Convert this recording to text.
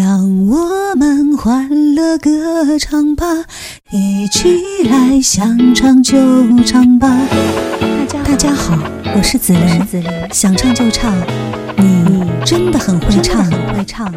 让我们欢乐歌唱吧，一起来想唱就唱吧。大家好，我是子琳，想唱就唱，你真的很会唱，会唱。